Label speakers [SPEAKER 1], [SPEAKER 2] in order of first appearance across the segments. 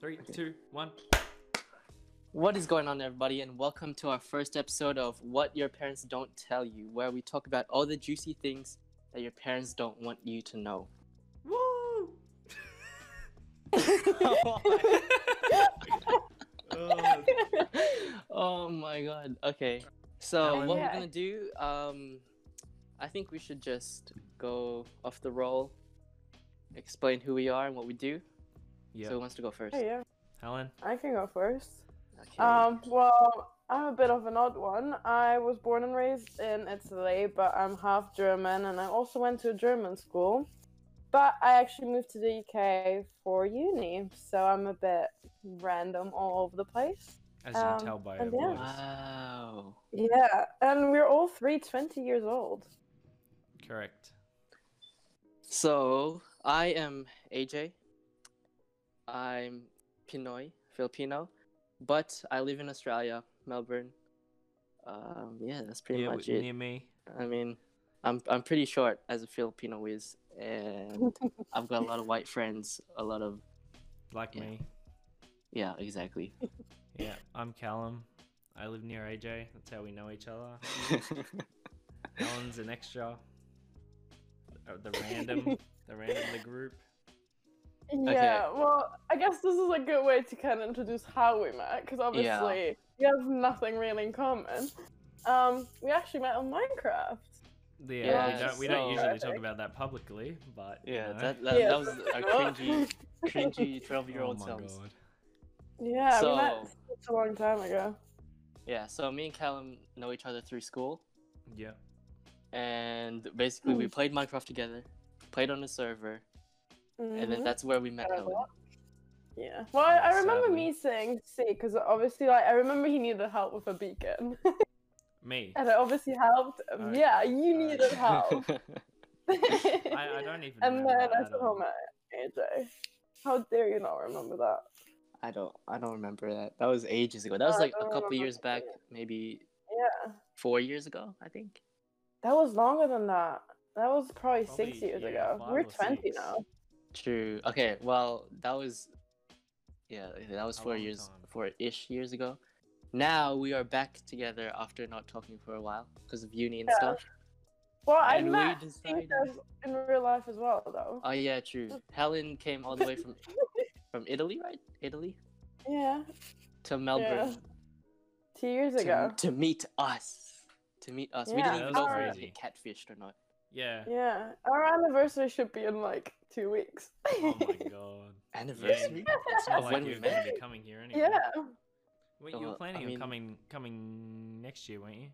[SPEAKER 1] Three, two, one.
[SPEAKER 2] What is going on, everybody, and welcome to our first episode of What Your Parents Don't Tell You, where we talk about all the juicy things that your parents don't want you to know.
[SPEAKER 1] Woo!
[SPEAKER 2] oh my god. Okay. So,
[SPEAKER 3] Oh,
[SPEAKER 2] what
[SPEAKER 3] yeah.
[SPEAKER 2] we're going to do, um, I think we should just go off the roll, explain who we are and what we do.
[SPEAKER 1] yeah.
[SPEAKER 2] So, who wants to go first?
[SPEAKER 3] Hey, yeah,
[SPEAKER 1] Helen.
[SPEAKER 3] I can go first.
[SPEAKER 2] Okay.
[SPEAKER 3] Um, well, I'm a bit of an odd one. I was born and raised in Italy, but I'm half German, and I also went to a German school. But I actually moved to the UK for uni, so I'm a bit random all over the place.
[SPEAKER 1] As you can
[SPEAKER 3] Um,
[SPEAKER 1] tell by
[SPEAKER 3] and
[SPEAKER 1] her
[SPEAKER 3] yeah.
[SPEAKER 1] voice.
[SPEAKER 2] wow.
[SPEAKER 3] Yeah, and we're all three 20 years old.
[SPEAKER 1] Correct.
[SPEAKER 2] So I am AJ. I'm Pinoy, Filipino, but I live in Australia, Melbourne. Um, yeah, that's pretty
[SPEAKER 1] Yeah,
[SPEAKER 2] much
[SPEAKER 1] w-
[SPEAKER 2] it.
[SPEAKER 1] near me.
[SPEAKER 2] I mean, I'm I'm pretty short as a Filipino is, and I've got a lot of white friends. A lot of
[SPEAKER 1] Like
[SPEAKER 2] Yeah.
[SPEAKER 1] me.
[SPEAKER 2] yeah, exactly.
[SPEAKER 1] Yeah. I'm Callum. I live near AJ. That's how we know each other. Helen's an extra. Uh, The random. the random of the group.
[SPEAKER 3] Yeah, well, I guess this is a good way to kind of introduce how we met, because obviously we have nothing really in common. Um, we actually met on Minecraft.
[SPEAKER 1] Yeah, we
[SPEAKER 2] Yeah,
[SPEAKER 1] don't, we don't
[SPEAKER 2] so-
[SPEAKER 1] usually talk about that publicly, but you
[SPEAKER 2] yeah,
[SPEAKER 1] know.
[SPEAKER 2] that that,
[SPEAKER 3] Yeah.
[SPEAKER 2] that was a cringy, cringy twelve-year-old
[SPEAKER 1] oh my
[SPEAKER 2] sounds.
[SPEAKER 1] god.
[SPEAKER 3] Yeah,
[SPEAKER 2] So-
[SPEAKER 3] we met such a long time ago.
[SPEAKER 2] Yeah, so me and Callum know each other through school.
[SPEAKER 1] Yeah,
[SPEAKER 2] and basically we played Minecraft together, played on the server, and then
[SPEAKER 3] Mhm.
[SPEAKER 2] that's where we met.
[SPEAKER 3] Yeah,
[SPEAKER 2] Helen.
[SPEAKER 3] well. yeah. Well, I, I remember
[SPEAKER 1] Sadly.
[SPEAKER 3] me saying C because obviously, like, I remember he needed help with a beacon, and
[SPEAKER 1] me.
[SPEAKER 3] I obviously helped. him.
[SPEAKER 1] Alright.
[SPEAKER 3] Yeah, you
[SPEAKER 1] Alright.
[SPEAKER 3] needed help.
[SPEAKER 1] I, I don't even.
[SPEAKER 3] and
[SPEAKER 1] remember
[SPEAKER 3] then I
[SPEAKER 1] that at
[SPEAKER 3] somehow
[SPEAKER 1] all.
[SPEAKER 3] met AJ. How dare you not remember that?
[SPEAKER 2] I don't, I don't remember that. That was ages ago. That was
[SPEAKER 3] I
[SPEAKER 2] like a
[SPEAKER 3] don't
[SPEAKER 2] couple
[SPEAKER 3] remember
[SPEAKER 2] years back,
[SPEAKER 3] either.
[SPEAKER 2] maybe
[SPEAKER 3] Yeah.
[SPEAKER 2] four years ago, I think.
[SPEAKER 3] That was longer than that. That was probably, six
[SPEAKER 1] Probably,
[SPEAKER 3] years
[SPEAKER 1] yeah,
[SPEAKER 3] ago.
[SPEAKER 1] five
[SPEAKER 3] We're
[SPEAKER 1] or
[SPEAKER 3] 20
[SPEAKER 1] six.
[SPEAKER 3] now.
[SPEAKER 2] True. Okay. Well, that was, yeah, that was
[SPEAKER 1] A
[SPEAKER 2] four
[SPEAKER 1] long
[SPEAKER 2] years,
[SPEAKER 1] time.
[SPEAKER 2] four ish years ago. Now we are back together after not talking for a while because of uni and
[SPEAKER 3] Yeah.
[SPEAKER 2] stuff.
[SPEAKER 3] Well, I
[SPEAKER 2] And we
[SPEAKER 3] met
[SPEAKER 2] decided-
[SPEAKER 3] Ethan in real life as well, though.
[SPEAKER 1] Uh,
[SPEAKER 2] Oh yeah, true. Helen came all the way from from Italy, right? Italy
[SPEAKER 3] yeah,
[SPEAKER 2] to Melbourne.
[SPEAKER 3] two years
[SPEAKER 2] to,
[SPEAKER 3] ago.
[SPEAKER 2] to meet us. To meet us. We
[SPEAKER 3] "Uh." Yeah,
[SPEAKER 2] didn't even know
[SPEAKER 3] our-
[SPEAKER 2] if we were catfished or not.
[SPEAKER 1] Yeah.
[SPEAKER 3] Yeah, our anniversary should be in like two weeks.
[SPEAKER 1] Oh my god.
[SPEAKER 2] Anniversary?
[SPEAKER 1] Yeah, It's not
[SPEAKER 2] Of
[SPEAKER 1] like
[SPEAKER 2] when
[SPEAKER 1] you
[SPEAKER 2] we
[SPEAKER 1] were going to
[SPEAKER 2] met.
[SPEAKER 1] be coming here anyway.
[SPEAKER 3] yeah,
[SPEAKER 1] Wait, you were
[SPEAKER 2] Well, uh, I
[SPEAKER 1] planning on
[SPEAKER 2] mean-
[SPEAKER 1] coming coming next year, weren't you?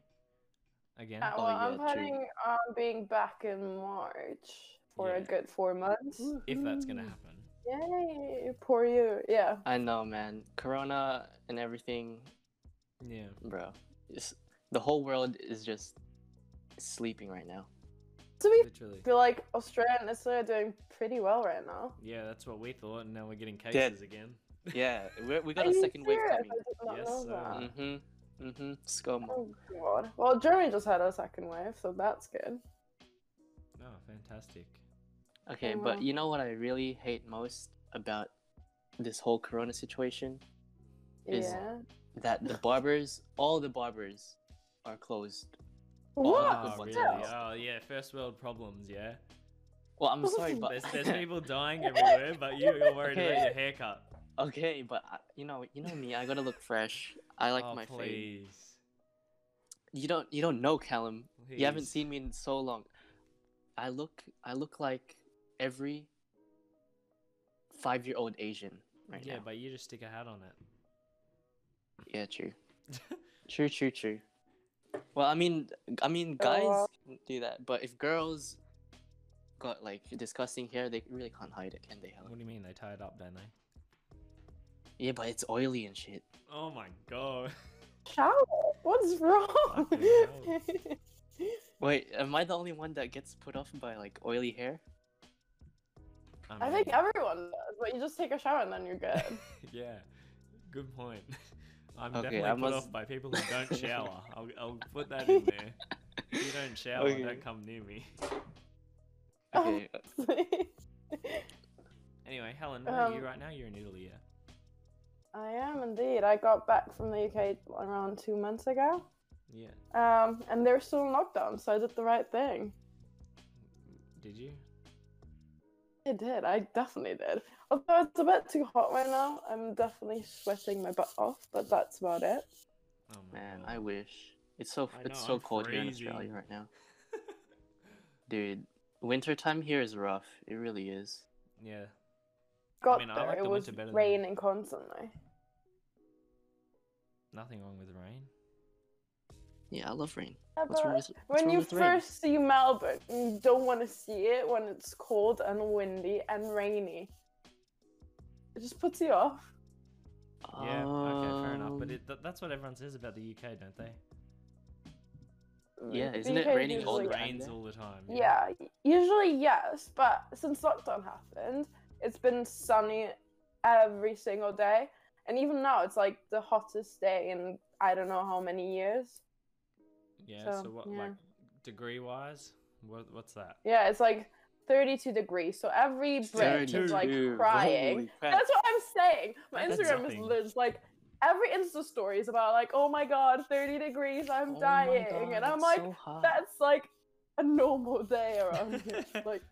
[SPEAKER 1] Again.
[SPEAKER 3] well,
[SPEAKER 2] Oh,
[SPEAKER 3] I'm
[SPEAKER 2] yeah, true.
[SPEAKER 3] planning on being back in March for a
[SPEAKER 1] Yeah.
[SPEAKER 3] good four months.
[SPEAKER 1] If that's
[SPEAKER 3] mm.
[SPEAKER 1] gonna happen.
[SPEAKER 3] Yay, poor you. Yeah,
[SPEAKER 2] I know, man. Corona and everything,
[SPEAKER 1] Yeah.
[SPEAKER 2] bro. It's, the whole world is just sleeping right now.
[SPEAKER 3] so we
[SPEAKER 1] Literally.
[SPEAKER 3] feel like Australia and Italy are doing pretty well right now.
[SPEAKER 1] Yeah, that's what we thought, and now we're getting cases
[SPEAKER 2] Dead.
[SPEAKER 1] again.
[SPEAKER 2] Yeah, we're, we
[SPEAKER 3] Are
[SPEAKER 2] got a
[SPEAKER 3] you
[SPEAKER 2] second wave
[SPEAKER 3] serious?
[SPEAKER 2] coming.
[SPEAKER 3] I did not
[SPEAKER 1] Yes, mm.
[SPEAKER 3] know
[SPEAKER 1] sir.
[SPEAKER 3] that.
[SPEAKER 2] Mm-hmm. Mm-hmm. ScoMo.
[SPEAKER 3] Oh god. Well, Germany just had a second wave, so that's good.
[SPEAKER 1] Oh, fantastic.
[SPEAKER 2] Okay,
[SPEAKER 3] Wow.
[SPEAKER 2] but you know what I really hate most about this whole Corona situation? Is-
[SPEAKER 3] yeah.
[SPEAKER 2] That the barbers, all the barbers, are closed.
[SPEAKER 3] What?
[SPEAKER 2] good
[SPEAKER 1] Oh,
[SPEAKER 2] ones
[SPEAKER 1] really?
[SPEAKER 2] are
[SPEAKER 3] Still?
[SPEAKER 2] lost.
[SPEAKER 1] Oh, yeah. First world problems. Yeah.
[SPEAKER 2] Well, I'm sorry, but
[SPEAKER 1] There's, there's people dying everywhere, but you, you're worried
[SPEAKER 2] Okay.
[SPEAKER 1] about your haircut.
[SPEAKER 2] Okay, but I, you know, you know me. I gotta look fresh. I like
[SPEAKER 1] oh,
[SPEAKER 2] my face.
[SPEAKER 1] please.
[SPEAKER 2] You don't, you don't know Callum. You haven't
[SPEAKER 1] Please.
[SPEAKER 2] seen me in so long. I look, I look like every five-year-old Asian right
[SPEAKER 1] yeah,
[SPEAKER 2] now.
[SPEAKER 1] but you just stick a hat on it.
[SPEAKER 2] Yeah, true, true, true, true. Well, I mean, I mean,
[SPEAKER 3] Oh,
[SPEAKER 2] guys
[SPEAKER 3] wow.
[SPEAKER 2] can do that, but if girls got like disgusting hair, they really can't hide it, can they? Helen?
[SPEAKER 1] What do you mean they tie it up, don't they? Mm.
[SPEAKER 2] Yeah, but it's oily and shit.
[SPEAKER 1] Oh my god.
[SPEAKER 3] Shower? What's wrong?
[SPEAKER 1] Fucking hell.
[SPEAKER 2] Wait, am I the only one that gets put off by like oily hair?
[SPEAKER 3] I think everyone does, but you just take a shower and then you're good.
[SPEAKER 1] think. Yeah, good point. I'm
[SPEAKER 2] Okay,
[SPEAKER 1] definitely
[SPEAKER 2] I
[SPEAKER 1] put
[SPEAKER 2] must-
[SPEAKER 1] off by people who don't shower. I'll, I'll put that in there. If you don't shower,
[SPEAKER 2] Okay.
[SPEAKER 1] don't come near me.
[SPEAKER 3] Oh.
[SPEAKER 2] Okay,
[SPEAKER 1] Anyway, Helen, where are you
[SPEAKER 3] Um,
[SPEAKER 1] right now? You're in Italy, yeah.
[SPEAKER 3] Indeed, I got back from the UK around two months ago,
[SPEAKER 1] Yeah.
[SPEAKER 3] um, and they're still in lockdown, so I did the right thing.
[SPEAKER 1] Did you?
[SPEAKER 3] I did. I definitely did. Although it's a bit too hot right now, I'm definitely sweating my butt off, but that's about it.
[SPEAKER 1] Oh my
[SPEAKER 2] Man,
[SPEAKER 1] God.
[SPEAKER 2] I wish. It's so
[SPEAKER 1] I
[SPEAKER 2] it's
[SPEAKER 1] know,
[SPEAKER 2] so
[SPEAKER 1] I'm
[SPEAKER 2] cold here
[SPEAKER 1] freezing.
[SPEAKER 2] in Australia right now. Dude, wintertime here is rough. It really is.
[SPEAKER 1] yeah.
[SPEAKER 3] Got
[SPEAKER 1] mean, I
[SPEAKER 3] there.
[SPEAKER 1] like the
[SPEAKER 3] it was
[SPEAKER 1] winter better than-
[SPEAKER 3] raining constantly.
[SPEAKER 1] Nothing wrong with rain.
[SPEAKER 2] Yeah, I love rain.
[SPEAKER 3] Yeah,
[SPEAKER 2] What's wrong
[SPEAKER 3] but
[SPEAKER 2] with, what's
[SPEAKER 3] when
[SPEAKER 2] wrong
[SPEAKER 3] you
[SPEAKER 2] with rain?
[SPEAKER 3] first see Melbourne, you don't want to see it when it's cold and windy and rainy. It just puts you off.
[SPEAKER 1] Yeah. Okay. Fair enough.
[SPEAKER 2] Um,
[SPEAKER 1] But it, th- that's what everyone says about the UK, don't they?
[SPEAKER 2] Yeah,
[SPEAKER 3] The
[SPEAKER 2] isn't it
[SPEAKER 3] UK
[SPEAKER 2] raining all
[SPEAKER 1] It
[SPEAKER 2] the
[SPEAKER 3] usually-
[SPEAKER 2] time
[SPEAKER 1] rains
[SPEAKER 2] there?
[SPEAKER 1] all the time.
[SPEAKER 3] Yeah, usually yes, but since lockdown happened, it's been sunny every single day. And even now, it's like the hottest day in I don't know how many years.
[SPEAKER 1] Yeah. So,
[SPEAKER 3] So,
[SPEAKER 1] what,
[SPEAKER 3] yeah.
[SPEAKER 1] like, degree wise, what, what's that?
[SPEAKER 3] Yeah, it's like 32 degrees. So every Brit is like
[SPEAKER 2] 32.
[SPEAKER 3] crying.
[SPEAKER 2] Holy crap.
[SPEAKER 3] That's what I'm saying. My
[SPEAKER 1] Yeah, that's
[SPEAKER 3] Instagram is
[SPEAKER 1] nothing.
[SPEAKER 3] Liz. Like every Insta story is about like, oh my god, 30 degrees, I'm
[SPEAKER 2] Oh my
[SPEAKER 3] dying,
[SPEAKER 2] God,
[SPEAKER 3] and I'm
[SPEAKER 2] it's
[SPEAKER 3] like,
[SPEAKER 2] so hot.
[SPEAKER 3] that's like a normal day around here. like,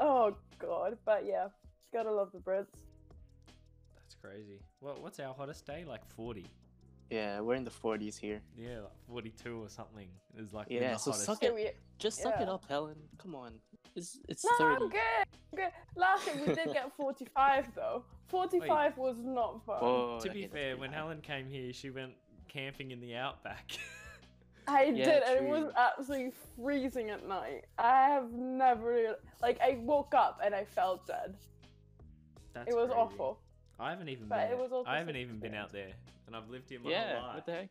[SPEAKER 3] oh god, but yeah, gotta love the Brits.
[SPEAKER 1] That's crazy. What, what's our hottest day? Like 40.
[SPEAKER 2] Yeah, we're in the 40s here.
[SPEAKER 1] Yeah, like 42 or something is like
[SPEAKER 2] Yeah,
[SPEAKER 1] yeah, the
[SPEAKER 2] so
[SPEAKER 1] hottest.
[SPEAKER 2] suck
[SPEAKER 3] So
[SPEAKER 2] it.
[SPEAKER 3] we-
[SPEAKER 2] Just suck it
[SPEAKER 3] Yeah.
[SPEAKER 2] up, Helen. Come on. It's it's
[SPEAKER 3] No,
[SPEAKER 2] 30.
[SPEAKER 3] I'm good. I'm good. Last year we did get 45 though. 45 was not fun.
[SPEAKER 2] Whoa,
[SPEAKER 1] Oh, to be
[SPEAKER 2] okay, that's
[SPEAKER 1] fair,
[SPEAKER 2] Oh, pretty
[SPEAKER 1] when
[SPEAKER 2] high.
[SPEAKER 1] Helen came here, she went camping in the outback.
[SPEAKER 3] I
[SPEAKER 2] Yeah,
[SPEAKER 3] did, and it was
[SPEAKER 2] true.
[SPEAKER 3] absolutely freezing at night. I have never like I woke up and I felt dead.
[SPEAKER 1] That's
[SPEAKER 3] it was
[SPEAKER 1] crazy.
[SPEAKER 3] awful.
[SPEAKER 1] I haven't even
[SPEAKER 3] But
[SPEAKER 1] been.
[SPEAKER 3] it was also
[SPEAKER 1] I haven't
[SPEAKER 3] such
[SPEAKER 1] even been out there, and I've lived here my
[SPEAKER 2] Yeah,
[SPEAKER 1] whole life.
[SPEAKER 2] what the heck?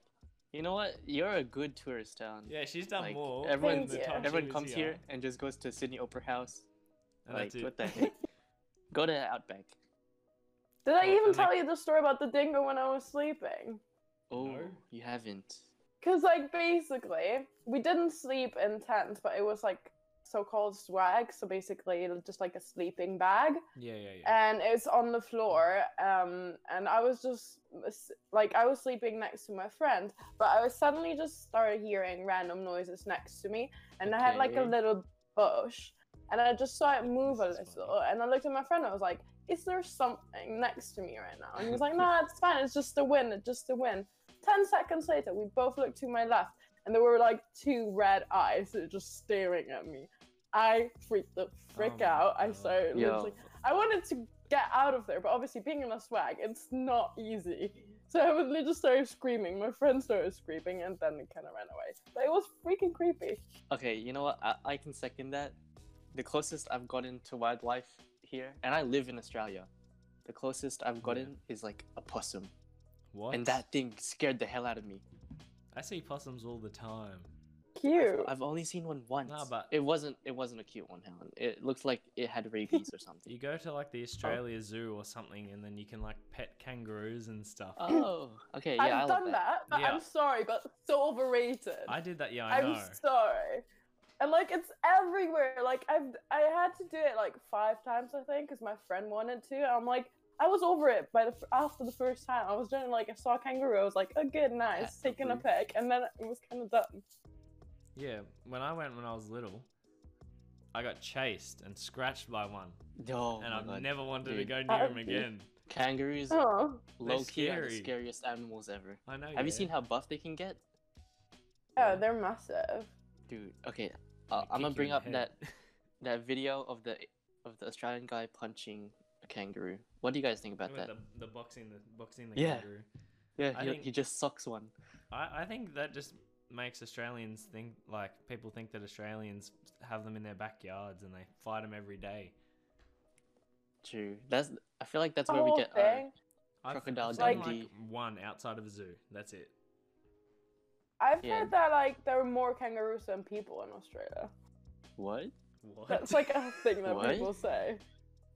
[SPEAKER 2] You know what? You're a good tourist town.
[SPEAKER 1] Yeah, she's done
[SPEAKER 2] Like,
[SPEAKER 1] more.
[SPEAKER 2] everyone-
[SPEAKER 1] than the
[SPEAKER 3] Thank you.
[SPEAKER 1] time she
[SPEAKER 2] Everyone
[SPEAKER 1] was
[SPEAKER 2] comes here and just goes to Sydney Opera House.
[SPEAKER 1] And
[SPEAKER 2] like,
[SPEAKER 1] that's it.
[SPEAKER 2] what the heck? Go to Outback.
[SPEAKER 3] Did I
[SPEAKER 1] Oh,
[SPEAKER 3] even
[SPEAKER 1] and
[SPEAKER 3] tell
[SPEAKER 1] like-
[SPEAKER 3] you the story about the dingo when I was sleeping?
[SPEAKER 2] Oh,
[SPEAKER 1] No.
[SPEAKER 2] you haven't.
[SPEAKER 3] Cause like basically we didn't sleep in tents, but it was like so-called swag. So basically, it was just like a sleeping bag.
[SPEAKER 1] Yeah, yeah, yeah.
[SPEAKER 3] and it's on the floor um and i was just like i was sleeping next to my friend but i was suddenly just started hearing random noises next to me and i had like a
[SPEAKER 2] Okay.
[SPEAKER 3] little bush and i just saw it move a
[SPEAKER 1] This is
[SPEAKER 3] little and i looked at my friend and i was like is there something next to me right now and he was like no it's fine it's just the wind it's just the wind 10 seconds later we both looked to my left and there were like two red eyes that were just staring at me i freaked the frick
[SPEAKER 1] Oh my
[SPEAKER 3] out i
[SPEAKER 1] God.
[SPEAKER 3] started
[SPEAKER 2] Yo.
[SPEAKER 3] literally I wanted to get out of there, but obviously being in a swag, it's not easy. So I literally just started screaming. My friend started screaming, and then it kind of ran away. But it was freaking creepy.
[SPEAKER 2] Okay, you know what? I, I can second that. The closest I've gotten to wildlife here, and I live in Australia, the closest I've gotten is like a possum.
[SPEAKER 1] What?
[SPEAKER 2] And that thing scared the hell out of me.
[SPEAKER 1] I see possums all the time.
[SPEAKER 3] Cute.
[SPEAKER 2] I've only seen one once.
[SPEAKER 1] Nah, but-
[SPEAKER 2] it wasn't it wasn't a cute one, Helen. It looked like it had rabies or something.
[SPEAKER 1] You go to like
[SPEAKER 3] Oh.
[SPEAKER 1] the Australia Zoo or something, and then you can like pet kangaroos and stuff.
[SPEAKER 2] Oh, okay, yeah,
[SPEAKER 3] I've
[SPEAKER 2] I love
[SPEAKER 3] done that, but
[SPEAKER 1] Yeah.
[SPEAKER 3] I'm sorry, but so overrated.
[SPEAKER 1] I did that. Yeah, I
[SPEAKER 3] I'm
[SPEAKER 1] know.
[SPEAKER 3] sorry. And like it's everywhere. Like I've I had to do it like five times I think because my friend wanted to. I'm like I was over it by the f- after the first time. I was doing like I saw a kangaroo. I was like, oh good, nice, taking a
[SPEAKER 2] Absolutely.
[SPEAKER 3] pic, and then it was kind of done.
[SPEAKER 1] Yeah, when I went when I was little, I got chased and scratched by one,
[SPEAKER 2] No,
[SPEAKER 1] and
[SPEAKER 2] Oh my
[SPEAKER 1] I've
[SPEAKER 2] God.
[SPEAKER 1] never wanted to
[SPEAKER 2] dude.
[SPEAKER 1] go
[SPEAKER 3] Oh,
[SPEAKER 1] near him
[SPEAKER 3] dude.
[SPEAKER 1] again.
[SPEAKER 2] Kangaroos,
[SPEAKER 3] Oh.
[SPEAKER 2] low key, are
[SPEAKER 1] scary.
[SPEAKER 2] the scariest animals ever.
[SPEAKER 1] I know.
[SPEAKER 2] Have you
[SPEAKER 1] yeah.
[SPEAKER 2] seen how buff they can get,
[SPEAKER 1] Yeah.
[SPEAKER 3] Oh, they're massive.
[SPEAKER 2] dude? Okay,
[SPEAKER 1] They
[SPEAKER 2] uh, I'm gonna
[SPEAKER 1] kick you
[SPEAKER 2] bring
[SPEAKER 1] in the
[SPEAKER 2] up
[SPEAKER 1] head.
[SPEAKER 2] that that video of the of the Australian guy punching a kangaroo. What do you guys think about
[SPEAKER 1] With
[SPEAKER 2] that?
[SPEAKER 1] The, the boxing, the boxing, the
[SPEAKER 2] Yeah.
[SPEAKER 1] kangaroo.
[SPEAKER 2] Yeah,
[SPEAKER 1] I
[SPEAKER 2] he,
[SPEAKER 1] think-
[SPEAKER 2] he just sucks one.
[SPEAKER 1] I, I think that just makes Australians think like people think that Australians have them in their backyards and they fight them every day.
[SPEAKER 2] True. That's. I feel like that's
[SPEAKER 3] The
[SPEAKER 2] where we
[SPEAKER 3] whole
[SPEAKER 2] get our.
[SPEAKER 3] thing.
[SPEAKER 2] Crocodile
[SPEAKER 1] seen, like,
[SPEAKER 2] Dundee.
[SPEAKER 1] one outside of a zoo. That's it.
[SPEAKER 3] I've
[SPEAKER 2] Yeah.
[SPEAKER 3] heard that like there are more kangaroos than people in Australia.
[SPEAKER 2] What?
[SPEAKER 1] What?
[SPEAKER 3] That's like a thing that
[SPEAKER 2] What?
[SPEAKER 3] people say.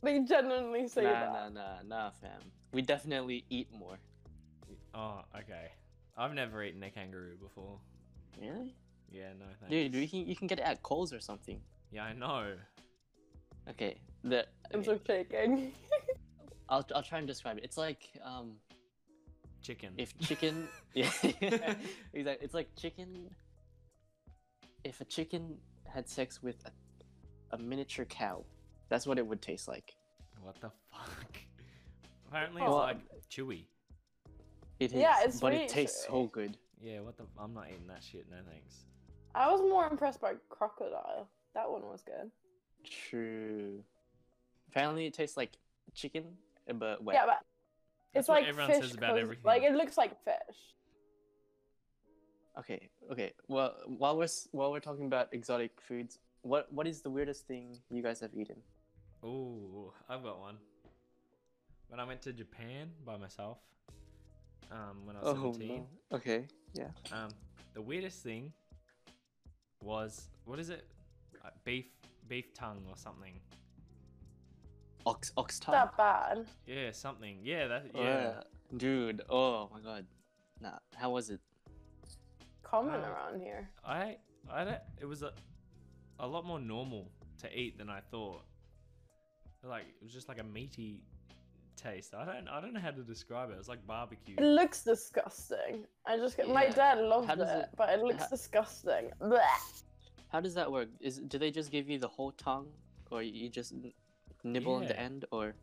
[SPEAKER 3] They genuinely say
[SPEAKER 2] nah,
[SPEAKER 3] that.
[SPEAKER 2] nah, nah, nah, fam. We definitely eat more.
[SPEAKER 1] oh, okay. I've never eaten a kangaroo before.
[SPEAKER 2] Really?
[SPEAKER 1] Yeah, no thanks.
[SPEAKER 2] Dude, you can you can get it at Coles or something.
[SPEAKER 1] Yeah, I know.
[SPEAKER 2] Okay. The
[SPEAKER 3] I'm so shaking.
[SPEAKER 2] I'll I'll try and describe it. It's like um
[SPEAKER 1] Chicken.
[SPEAKER 2] If chicken, yeah, exactly. It's like chicken. If a chicken had sex with a, a miniature cow, that's what it would taste like.
[SPEAKER 1] What the fuck? Apparently,
[SPEAKER 3] Oh.
[SPEAKER 1] it's like chewy.
[SPEAKER 2] It is,
[SPEAKER 3] Yeah, it's
[SPEAKER 2] but
[SPEAKER 3] really-
[SPEAKER 2] it tastes so good.
[SPEAKER 1] Yeah, what the? I'm not eating that shit. No thanks.
[SPEAKER 3] I was more impressed by crocodile. That one was good.
[SPEAKER 2] True. Apparently, it tastes like chicken, uh, but wet.
[SPEAKER 3] Yeah, but
[SPEAKER 1] That's
[SPEAKER 3] it's
[SPEAKER 1] what
[SPEAKER 3] like
[SPEAKER 1] everyone
[SPEAKER 3] fish
[SPEAKER 1] says about
[SPEAKER 3] 'cause,
[SPEAKER 1] everything.
[SPEAKER 3] Like it looks like fish.
[SPEAKER 2] Okay, okay. Well, while we're s- while we're talking about exotic foods, what what is the weirdest thing you guys have eaten?
[SPEAKER 1] Ooh, I've got one. When I went to Japan by myself, um, when I was 17,
[SPEAKER 2] Oh, no. Okay.
[SPEAKER 1] um, the weirdest thing was what is it? Uh, beef, beef tongue or something?
[SPEAKER 2] Ox ox
[SPEAKER 3] It's
[SPEAKER 2] tongue.
[SPEAKER 3] That bad.
[SPEAKER 1] Yeah, something. Yeah, that.
[SPEAKER 2] Oh,
[SPEAKER 1] Yeah.
[SPEAKER 2] Dude. Oh my god. Nah. How was it?
[SPEAKER 3] Common
[SPEAKER 1] Oh.
[SPEAKER 3] around here.
[SPEAKER 1] I, I don't, it was a, a lot more normal to eat than I thought. Like it was just like a meaty taste. I don't, I don't know how to describe it. It was like barbecue.
[SPEAKER 3] It looks disgusting. I just get my
[SPEAKER 2] Yeah.
[SPEAKER 3] dad loved
[SPEAKER 2] How
[SPEAKER 3] it,
[SPEAKER 2] does it-
[SPEAKER 3] but it looks
[SPEAKER 2] how-
[SPEAKER 3] disgusting. Blech.
[SPEAKER 2] How does that work? Is do they just give you the whole tongue, or you just n- nibble on the
[SPEAKER 1] Yeah.
[SPEAKER 2] end, or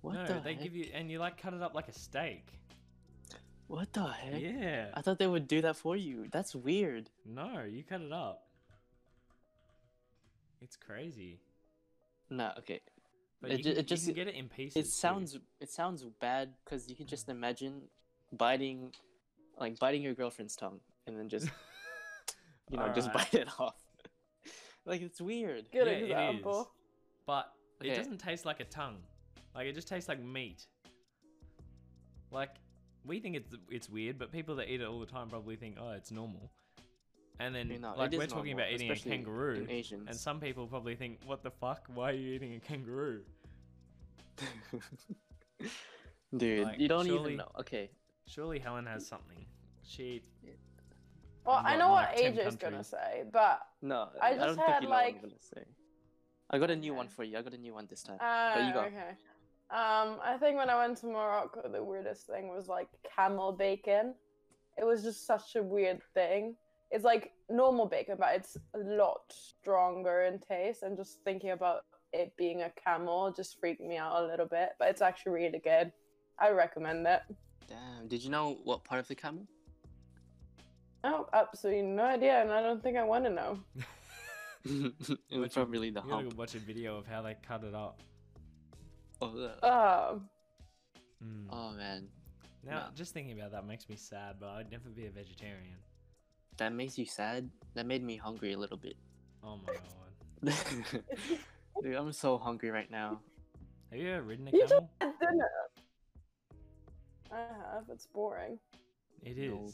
[SPEAKER 2] what
[SPEAKER 1] no,
[SPEAKER 2] the
[SPEAKER 1] they
[SPEAKER 2] heck?
[SPEAKER 1] give you and you like cut it up like a steak.
[SPEAKER 2] What the heck?
[SPEAKER 1] Yeah.
[SPEAKER 2] I thought they would do that for you. That's weird.
[SPEAKER 1] No, you cut it up. It's crazy.
[SPEAKER 2] Nah. Okay.
[SPEAKER 1] But
[SPEAKER 2] It
[SPEAKER 1] you,
[SPEAKER 2] ju-
[SPEAKER 1] can,
[SPEAKER 2] it just-
[SPEAKER 1] you can get it in pieces.
[SPEAKER 2] it
[SPEAKER 1] too.
[SPEAKER 2] sounds it sounds bad because you can just imagine biting like biting your girlfriend's tongue and then just you know just
[SPEAKER 1] Alright.
[SPEAKER 2] bite it off like it's weird
[SPEAKER 3] Good
[SPEAKER 1] Yeah, it
[SPEAKER 3] example.
[SPEAKER 1] but it
[SPEAKER 2] Okay.
[SPEAKER 1] doesn't taste like a tongue. Like it just tastes like meat. Like we think it's it's weird, but people that eat it all the time probably think, oh, it's normal. And then
[SPEAKER 2] You know,
[SPEAKER 1] like
[SPEAKER 2] it is
[SPEAKER 1] we're talking
[SPEAKER 2] normal,
[SPEAKER 1] about eating a
[SPEAKER 2] especially
[SPEAKER 1] kangaroo,
[SPEAKER 2] in asians
[SPEAKER 1] and some people probably think, what the fuck? Why are you eating a kangaroo?
[SPEAKER 2] dude
[SPEAKER 1] like,
[SPEAKER 2] you don't
[SPEAKER 1] surely-
[SPEAKER 2] even know okay
[SPEAKER 1] Surely Helen has something. She
[SPEAKER 3] Well,
[SPEAKER 1] I've
[SPEAKER 3] I
[SPEAKER 1] got,
[SPEAKER 3] know what
[SPEAKER 1] like, 10
[SPEAKER 3] AJ's gonna
[SPEAKER 1] countries.
[SPEAKER 3] say, but
[SPEAKER 2] no
[SPEAKER 3] I
[SPEAKER 2] i
[SPEAKER 3] just
[SPEAKER 2] don't
[SPEAKER 3] had,
[SPEAKER 2] think you know
[SPEAKER 3] like-
[SPEAKER 2] what i'm gonna say i got a new one
[SPEAKER 3] Okay.
[SPEAKER 2] for you i got a new one this time
[SPEAKER 3] uh,
[SPEAKER 2] you go.
[SPEAKER 3] okay. Um, I think when I went to Morocco, the weirdest thing was like camel bacon. It was just such a weird thing. It's like normal bacon, but it's a lot stronger in taste. And just thinking about it being a camel just freaked me out a little bit. But it's actually really good. I recommend it.
[SPEAKER 2] damn did you know what part of the camel
[SPEAKER 3] I have absolutely no idea, and I don't think I want to know.
[SPEAKER 2] it was
[SPEAKER 1] What you-
[SPEAKER 2] probably the
[SPEAKER 1] you gotta
[SPEAKER 2] hump
[SPEAKER 1] go watch a video of how they cut it up.
[SPEAKER 2] of the-
[SPEAKER 3] Um,
[SPEAKER 1] Mm.
[SPEAKER 2] oh Uh, man
[SPEAKER 1] Now,
[SPEAKER 2] No.
[SPEAKER 1] just thinking about that makes me sad, but I'd never be a vegetarian.
[SPEAKER 2] that makes you sad that made me hungry a little bit
[SPEAKER 1] Oh my god.
[SPEAKER 2] Dude, I'm so hungry right now.
[SPEAKER 1] Have you ever ridden a
[SPEAKER 3] You don't-
[SPEAKER 1] camel?
[SPEAKER 3] at dinner. I have. It's boring.
[SPEAKER 1] It is.
[SPEAKER 2] Nope.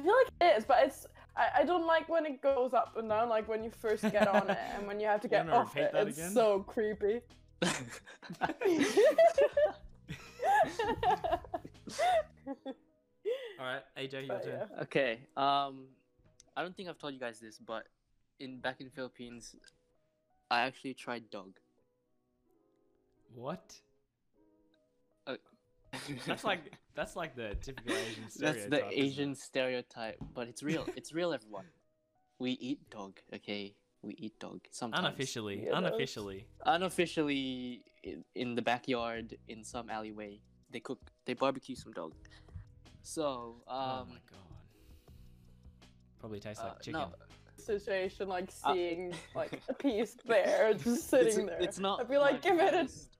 [SPEAKER 3] I feel like it is, but it's. I, I don't like when it goes up and down, like when you first get on it and when you have to
[SPEAKER 1] You
[SPEAKER 3] get
[SPEAKER 1] wanna
[SPEAKER 3] off
[SPEAKER 1] repeat
[SPEAKER 3] it.
[SPEAKER 1] that
[SPEAKER 3] It's
[SPEAKER 1] again?
[SPEAKER 3] so creepy.
[SPEAKER 1] Alright, AJ, your
[SPEAKER 3] But
[SPEAKER 1] turn.
[SPEAKER 3] yeah.
[SPEAKER 2] okay. Um, I don't think I've told you guys this, but in back in Philippines, I actually tried dog.
[SPEAKER 1] What? That's like that's like the typical Asian
[SPEAKER 2] that's
[SPEAKER 1] stereotype.
[SPEAKER 2] the
[SPEAKER 1] isn't it?
[SPEAKER 2] Asian stereotype, but it's real. It's real, everyone. We eat dog. Okay, we eat dog sometimes.
[SPEAKER 1] Unofficially,
[SPEAKER 3] Yeah, that was-
[SPEAKER 1] unofficially.
[SPEAKER 2] unofficially in, in the backyard in some alleyway they cook they barbecue some dog so um
[SPEAKER 1] oh my god. Probably tastes
[SPEAKER 2] uh,
[SPEAKER 1] like chicken.
[SPEAKER 2] no
[SPEAKER 3] Situation like
[SPEAKER 2] Uh,
[SPEAKER 3] seeing like a piece there, just sitting
[SPEAKER 2] it's,
[SPEAKER 3] there.
[SPEAKER 2] it's not
[SPEAKER 3] I'd be like,
[SPEAKER 2] my
[SPEAKER 3] give it a.
[SPEAKER 2] proudest-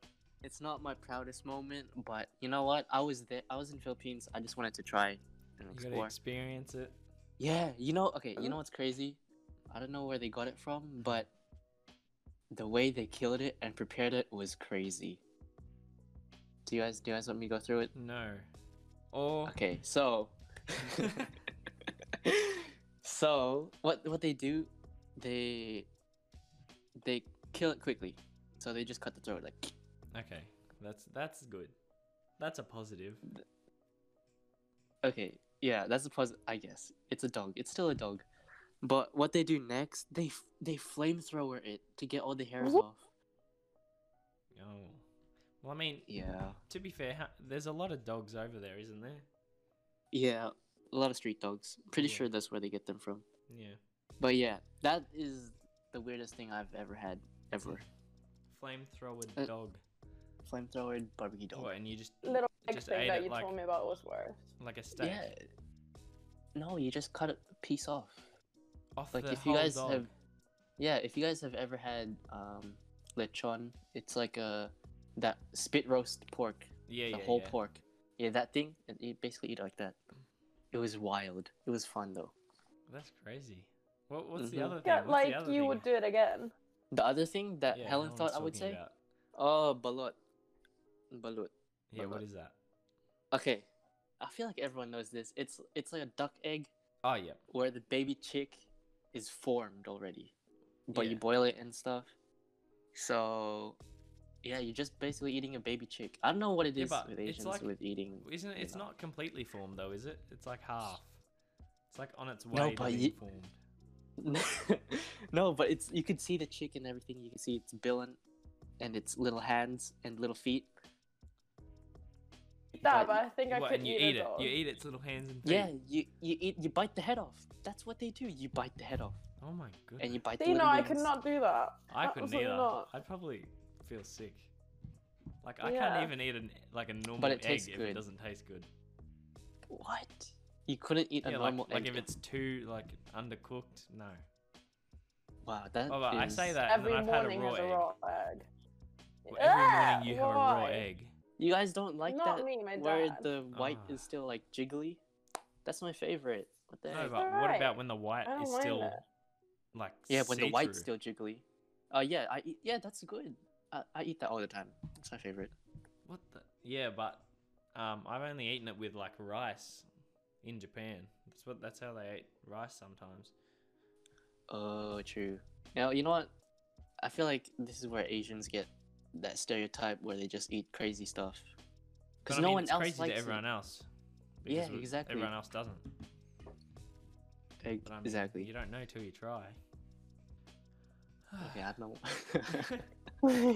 [SPEAKER 2] it's not my proudest moment but you know what i was there i was in philippines i just wanted to try and
[SPEAKER 1] You gotta
[SPEAKER 2] explore
[SPEAKER 1] experience it.
[SPEAKER 2] yeah you know okay you
[SPEAKER 3] Mhm.
[SPEAKER 2] know what's crazy i don't know where they got it from but the way they killed it and prepared it was crazy do you guys do you guys want me to go through it
[SPEAKER 1] No. Or
[SPEAKER 2] Okay, so so what what they do, they they kill it quickly. So they just cut the throat like
[SPEAKER 1] okay. That's that's good. That's a positive.
[SPEAKER 2] okay, yeah, that's a pos I guess. It's a dog. It's still a dog. But what they do next, they f- they flamethrower it to get all the hairs
[SPEAKER 3] What?
[SPEAKER 2] off.
[SPEAKER 1] Oh. Well, I mean,
[SPEAKER 2] Yeah.
[SPEAKER 1] to be fair, ha- there's a lot of dogs over there, isn't there?
[SPEAKER 2] Yeah. A lot of street dogs. Pretty
[SPEAKER 1] Yeah.
[SPEAKER 2] sure that's where they get them from.
[SPEAKER 1] Yeah.
[SPEAKER 2] But yeah, that is the weirdest thing I've ever had. Ever.
[SPEAKER 1] Flamethrower
[SPEAKER 2] Uh,
[SPEAKER 1] dog.
[SPEAKER 2] Flamethrower barbecue dog.
[SPEAKER 1] Oh, and you just
[SPEAKER 3] Little egg
[SPEAKER 1] just
[SPEAKER 3] thing
[SPEAKER 1] ate
[SPEAKER 3] that
[SPEAKER 1] it
[SPEAKER 3] you
[SPEAKER 1] like
[SPEAKER 3] told me about was worse.
[SPEAKER 1] like a steak
[SPEAKER 2] Yeah. No, you just cut a piece off.
[SPEAKER 1] off
[SPEAKER 2] Like
[SPEAKER 1] the
[SPEAKER 2] if
[SPEAKER 1] whole
[SPEAKER 2] you guys
[SPEAKER 1] dog.
[SPEAKER 2] have Yeah, if you guys have ever had um lechon, it's like a that spit roast pork.
[SPEAKER 1] yeah,
[SPEAKER 2] the
[SPEAKER 1] yeah,
[SPEAKER 2] whole
[SPEAKER 1] yeah.
[SPEAKER 2] pork. Yeah, that thing, and you basically eat it like that. It was wild. It was fun though.
[SPEAKER 1] That's crazy. What, what's
[SPEAKER 2] Mhm.
[SPEAKER 1] the other thing?
[SPEAKER 3] Yeah,
[SPEAKER 1] What's the
[SPEAKER 3] like
[SPEAKER 1] other
[SPEAKER 3] you
[SPEAKER 1] thing?
[SPEAKER 3] would do it again.
[SPEAKER 2] The other thing that
[SPEAKER 1] Yeah,
[SPEAKER 2] Helen
[SPEAKER 1] Helen's
[SPEAKER 2] thought I would
[SPEAKER 1] talking
[SPEAKER 2] say,
[SPEAKER 1] about-
[SPEAKER 2] oh, balut. Balut.
[SPEAKER 1] Yeah, what
[SPEAKER 2] balut.
[SPEAKER 1] is that?
[SPEAKER 2] Okay. I feel like everyone knows this. It's it's like a duck egg
[SPEAKER 1] Oh, yeah.
[SPEAKER 2] where the baby chick is formed already. But you
[SPEAKER 1] Yeah.
[SPEAKER 2] boil it and stuff. So yeah, you're just basically eating a baby chick. I don't know what it
[SPEAKER 1] Yeah,
[SPEAKER 2] is
[SPEAKER 1] but
[SPEAKER 2] with
[SPEAKER 1] it's
[SPEAKER 2] Asians
[SPEAKER 1] like-
[SPEAKER 2] with eating.
[SPEAKER 1] Isn't it?
[SPEAKER 2] you
[SPEAKER 1] It's
[SPEAKER 2] know.
[SPEAKER 1] not completely formed though, is it? It's like half. It's like on its way
[SPEAKER 2] No,
[SPEAKER 1] to
[SPEAKER 2] but
[SPEAKER 1] being
[SPEAKER 2] you-
[SPEAKER 1] formed.
[SPEAKER 2] no, but it's you can see the chick and everything. You can see its bill and, and its little hands and little feet.
[SPEAKER 3] Nah,
[SPEAKER 2] But-
[SPEAKER 3] but I think I
[SPEAKER 1] What,
[SPEAKER 3] could
[SPEAKER 1] and you
[SPEAKER 3] eat,
[SPEAKER 1] eat
[SPEAKER 3] a
[SPEAKER 1] it.
[SPEAKER 3] dog.
[SPEAKER 1] You eat its little hands and feet.
[SPEAKER 2] Yeah, you you eat you bite the head off. That's what they do. You bite the head off
[SPEAKER 1] Oh my goodness.
[SPEAKER 2] and you bite.
[SPEAKER 3] But
[SPEAKER 2] the
[SPEAKER 3] you know,
[SPEAKER 2] little
[SPEAKER 3] I
[SPEAKER 2] wings.
[SPEAKER 3] could not do that.
[SPEAKER 1] I couldn't
[SPEAKER 3] absolutely
[SPEAKER 1] either.
[SPEAKER 3] not.
[SPEAKER 1] I'd probably feel sick. Like I
[SPEAKER 3] Yeah.
[SPEAKER 1] can't even eat an like a normal
[SPEAKER 2] it
[SPEAKER 1] egg
[SPEAKER 2] tastes
[SPEAKER 1] if it
[SPEAKER 2] good.
[SPEAKER 1] doesn't taste good.
[SPEAKER 2] What? You couldn't eat a
[SPEAKER 1] yeah, like,
[SPEAKER 2] normal
[SPEAKER 1] like
[SPEAKER 2] egg.
[SPEAKER 1] if it's too like undercooked, no.
[SPEAKER 2] Wow, that
[SPEAKER 1] Oh, but I say
[SPEAKER 2] is-
[SPEAKER 1] that
[SPEAKER 3] Every
[SPEAKER 1] and then I've had
[SPEAKER 3] morning
[SPEAKER 1] a raw
[SPEAKER 3] has
[SPEAKER 1] egg.
[SPEAKER 3] a raw egg.
[SPEAKER 1] Well, every
[SPEAKER 3] Ah,
[SPEAKER 1] morning you have a raw
[SPEAKER 3] why?
[SPEAKER 1] egg.
[SPEAKER 2] You guys don't like
[SPEAKER 3] not
[SPEAKER 2] that
[SPEAKER 3] me, my
[SPEAKER 2] where
[SPEAKER 3] dad.
[SPEAKER 2] the white
[SPEAKER 1] Ah.
[SPEAKER 2] is still like jiggly. That's my favorite. What the
[SPEAKER 1] No,
[SPEAKER 2] heck?
[SPEAKER 1] but what
[SPEAKER 3] alright.
[SPEAKER 1] about when the white
[SPEAKER 3] I
[SPEAKER 1] is
[SPEAKER 3] don't mind
[SPEAKER 1] still
[SPEAKER 3] it.
[SPEAKER 1] like
[SPEAKER 2] Yeah, when the white's
[SPEAKER 1] see-through?
[SPEAKER 2] still jiggly. Uh, yeah, I eat, yeah, that's good. I, I eat that all the time. It's my favorite.
[SPEAKER 1] What the? Yeah, but um, I've only eaten it with like rice in Japan. That's what. That's how they ate rice sometimes.
[SPEAKER 2] Oh, true. Now you know what? I feel like this is where Asians get that stereotype where they just eat crazy stuff.
[SPEAKER 1] But
[SPEAKER 2] Because
[SPEAKER 1] I
[SPEAKER 2] no
[SPEAKER 1] mean,
[SPEAKER 2] one
[SPEAKER 1] it's
[SPEAKER 2] else
[SPEAKER 1] crazy
[SPEAKER 2] likes
[SPEAKER 1] to everyone
[SPEAKER 2] it.
[SPEAKER 1] else.
[SPEAKER 2] Yeah,
[SPEAKER 1] because
[SPEAKER 2] exactly.
[SPEAKER 1] Everyone else doesn't.
[SPEAKER 2] Ex-
[SPEAKER 1] But I mean,
[SPEAKER 2] exactly.
[SPEAKER 1] You don't know till you try.
[SPEAKER 2] Okay, I know.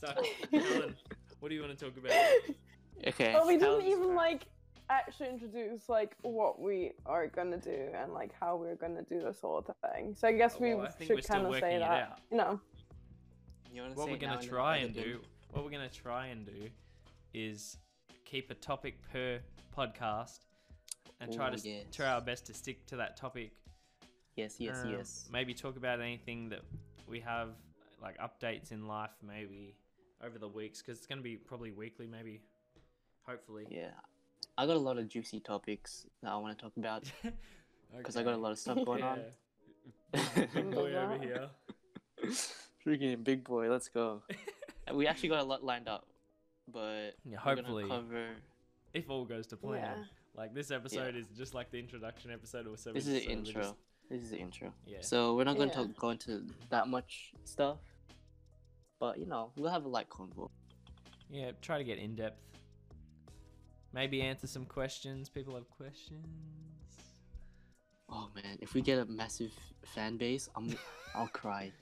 [SPEAKER 1] so, Helen, what do you want to talk about?
[SPEAKER 2] okay.
[SPEAKER 3] but we didn't
[SPEAKER 2] Helen's
[SPEAKER 3] even
[SPEAKER 2] turn.
[SPEAKER 3] like actually introduce like what we are gonna do and like how we're gonna do this whole thing. So I guess we
[SPEAKER 1] Oh, Well, I think we're
[SPEAKER 3] should
[SPEAKER 1] still
[SPEAKER 3] kind of
[SPEAKER 1] working
[SPEAKER 3] say
[SPEAKER 1] it
[SPEAKER 3] that.
[SPEAKER 1] out.
[SPEAKER 3] You know,
[SPEAKER 2] You wanna
[SPEAKER 1] What
[SPEAKER 2] say
[SPEAKER 1] we're
[SPEAKER 2] it now
[SPEAKER 1] gonna
[SPEAKER 2] then
[SPEAKER 1] try
[SPEAKER 2] I'll
[SPEAKER 1] and
[SPEAKER 2] begin?
[SPEAKER 1] do, what we're gonna try and do, is keep a topic per podcast, and try
[SPEAKER 2] Ooh,
[SPEAKER 1] to s-
[SPEAKER 2] yes.
[SPEAKER 1] try our best to stick to that topic.
[SPEAKER 2] Yes, yes,
[SPEAKER 1] Um,
[SPEAKER 2] yes.
[SPEAKER 1] Maybe talk about anything that we have, like updates in life, maybe over the weeks, because it's going to be probably weekly, maybe, hopefully.
[SPEAKER 2] Yeah, I got a lot of juicy topics that I want to talk about because I got a lot of stuff going on.
[SPEAKER 1] Big boy over
[SPEAKER 3] Yeah.
[SPEAKER 1] here.
[SPEAKER 2] Freaking big boy, let's go. we actually got a lot lined up, but
[SPEAKER 1] Yeah,
[SPEAKER 2] we're gonna
[SPEAKER 1] hopefully,
[SPEAKER 2] cover.
[SPEAKER 1] if all goes to plan.
[SPEAKER 3] yeah.
[SPEAKER 1] Like this episode is just like the introduction episode, or so.
[SPEAKER 2] This
[SPEAKER 1] we
[SPEAKER 2] is
[SPEAKER 1] just- so
[SPEAKER 2] the
[SPEAKER 1] we
[SPEAKER 2] intro.
[SPEAKER 1] just-
[SPEAKER 2] This is the intro.
[SPEAKER 1] yeah.
[SPEAKER 2] So we're not going
[SPEAKER 3] Yeah.
[SPEAKER 2] to go into that much stuff, but you know we'll have a light convo.
[SPEAKER 1] yeah. Try to get in depth. Maybe answer some questions. People have questions.
[SPEAKER 2] Oh man, if we get a massive fan base, I'm I'll cry.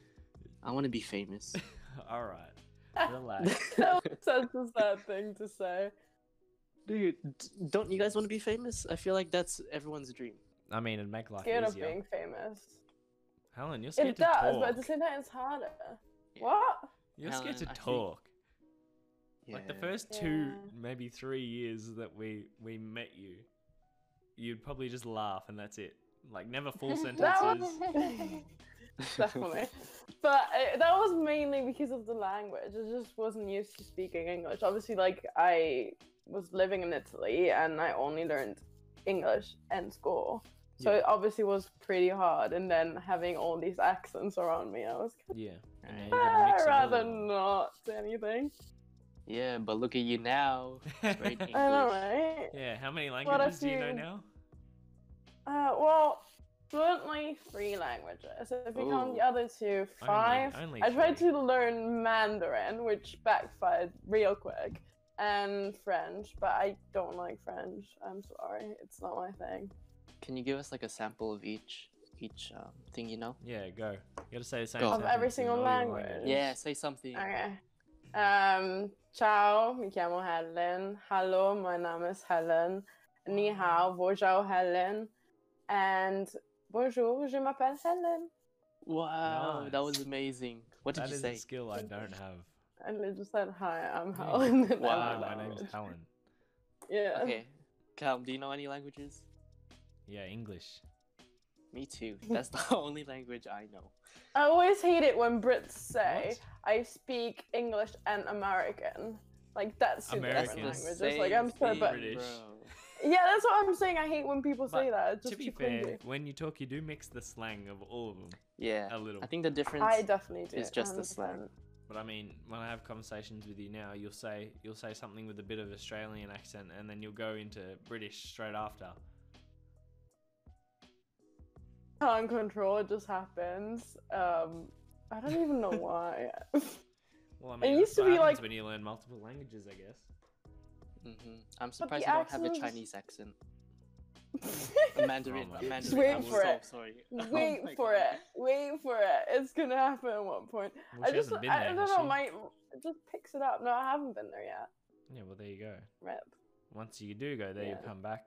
[SPEAKER 2] I want to be famous.
[SPEAKER 1] all right. Relax.
[SPEAKER 3] that was such a sad thing to say.
[SPEAKER 2] Dude, d- don't you guys want to be famous? I feel like that's everyone's dream.
[SPEAKER 1] I mean, it'd make life
[SPEAKER 3] Scared of
[SPEAKER 1] easier.
[SPEAKER 3] being famous.
[SPEAKER 1] Helen, you're scared
[SPEAKER 3] It
[SPEAKER 1] to
[SPEAKER 3] does,
[SPEAKER 1] talk.
[SPEAKER 3] but at the same time, it's harder. What?
[SPEAKER 1] You're scared
[SPEAKER 2] Helen,
[SPEAKER 1] to
[SPEAKER 2] I think-
[SPEAKER 1] talk. Like the
[SPEAKER 2] Yeah.
[SPEAKER 1] first two,
[SPEAKER 3] Yeah.
[SPEAKER 1] maybe three years that we we met you, you'd probably just laugh and that's it. Like never full
[SPEAKER 3] That was
[SPEAKER 1] sentences.
[SPEAKER 3] definitely. But uh, that was mainly because of the language. I just wasn't used to speaking English. Obviously, like I was living in Italy and I only learned English in school. So
[SPEAKER 1] Yeah.
[SPEAKER 3] it obviously was pretty hard. And then having all these accents around me, I was kind
[SPEAKER 1] yeah. And now you
[SPEAKER 2] Right.
[SPEAKER 1] gotta mix
[SPEAKER 3] of,
[SPEAKER 1] it
[SPEAKER 3] rather
[SPEAKER 1] all.
[SPEAKER 3] not say anything.
[SPEAKER 2] Yeah, but look at you now. Great
[SPEAKER 3] I know, right?
[SPEAKER 1] yeah. How many
[SPEAKER 3] a
[SPEAKER 1] languages do you know
[SPEAKER 3] few-
[SPEAKER 1] now?
[SPEAKER 3] Uh, well, fluently three languages. If you count
[SPEAKER 2] Ooh.
[SPEAKER 3] the other two, five.
[SPEAKER 1] only
[SPEAKER 3] I tried
[SPEAKER 1] three.
[SPEAKER 3] to learn Mandarin, which backfired real quick, and French, but I don't like French. I'm sorry, it's not my thing.
[SPEAKER 2] Can you give us like a sample of each each um, thing you know?
[SPEAKER 1] Yeah, go. You gotta say the same.
[SPEAKER 2] Go. Of
[SPEAKER 1] sentence
[SPEAKER 3] every
[SPEAKER 1] in
[SPEAKER 3] single
[SPEAKER 1] all your
[SPEAKER 3] language.
[SPEAKER 1] languages.
[SPEAKER 2] Yeah, say something.
[SPEAKER 3] Okay. Um, Ciao, mi chiamo Helen. Hallo, mein Name ist Helen. Ni hao, bonjour, Helen. And bonjour, je m'appelle Helen.
[SPEAKER 2] Wow, that was
[SPEAKER 1] Nice.
[SPEAKER 2] amazing. What did
[SPEAKER 1] That
[SPEAKER 2] you
[SPEAKER 1] is
[SPEAKER 2] say?
[SPEAKER 1] a skill I don't have.
[SPEAKER 3] And they just said, hi, I'm
[SPEAKER 1] Hey.
[SPEAKER 3] Helen. and I
[SPEAKER 2] Wow.
[SPEAKER 1] Wow,
[SPEAKER 3] was
[SPEAKER 1] my
[SPEAKER 3] like,
[SPEAKER 1] name's Helen.
[SPEAKER 3] Yeah.
[SPEAKER 2] Okay, Calum, do you know any languages?
[SPEAKER 1] Yeah, English.
[SPEAKER 2] Me too. That's the only language I know.
[SPEAKER 3] I always hate it when Brits say,
[SPEAKER 1] What?
[SPEAKER 3] I speak English and American. Like, that's two
[SPEAKER 1] American.
[SPEAKER 3] different
[SPEAKER 1] That's the
[SPEAKER 3] languages. Like, I'm so
[SPEAKER 2] same
[SPEAKER 3] bad.
[SPEAKER 1] British.
[SPEAKER 2] bro.
[SPEAKER 3] Yeah, that's what I'm saying. I hate when people
[SPEAKER 1] But
[SPEAKER 3] say that. It's just
[SPEAKER 1] to be
[SPEAKER 3] too
[SPEAKER 1] fair,
[SPEAKER 3] cringy.
[SPEAKER 1] when you talk, you do mix the slang of all of them
[SPEAKER 2] Yeah,
[SPEAKER 1] a little.
[SPEAKER 2] I think the difference.
[SPEAKER 3] I definitely do.
[SPEAKER 2] it's just the
[SPEAKER 3] 100%.
[SPEAKER 2] slang.
[SPEAKER 1] But I mean, when I have conversations with you now, you'll say you'll say something with a bit of Australian accent, and then you'll go into British straight after.
[SPEAKER 3] Can't control. It just happens. Um, I don't even know why.
[SPEAKER 1] Well, I mean, that's
[SPEAKER 3] used to
[SPEAKER 1] what
[SPEAKER 3] be
[SPEAKER 1] happens
[SPEAKER 3] like-
[SPEAKER 1] when you learn multiple languages, I guess.
[SPEAKER 2] hmm I'm surprised
[SPEAKER 3] the
[SPEAKER 2] you don't have a
[SPEAKER 3] accents-
[SPEAKER 2] Chinese accent. A Mandarin.
[SPEAKER 1] my
[SPEAKER 2] a
[SPEAKER 1] goodness.
[SPEAKER 2] Mandarin.
[SPEAKER 1] Just wait
[SPEAKER 2] I'm
[SPEAKER 1] for
[SPEAKER 2] so
[SPEAKER 3] it.
[SPEAKER 2] sorry. Oh
[SPEAKER 3] Wait
[SPEAKER 2] my
[SPEAKER 3] for
[SPEAKER 2] God.
[SPEAKER 3] it. Wait for it. It's gonna happen at one point.
[SPEAKER 1] Well,
[SPEAKER 3] I
[SPEAKER 1] she
[SPEAKER 3] just,
[SPEAKER 1] hasn't been
[SPEAKER 3] I,
[SPEAKER 1] there.
[SPEAKER 3] I
[SPEAKER 1] has
[SPEAKER 3] don't know.
[SPEAKER 1] she?
[SPEAKER 3] My it just picks it up. No, I haven't been there yet.
[SPEAKER 1] Yeah, well, there you go.
[SPEAKER 3] Rip.
[SPEAKER 1] Once you do go there,
[SPEAKER 3] Yeah.
[SPEAKER 1] you'll come back.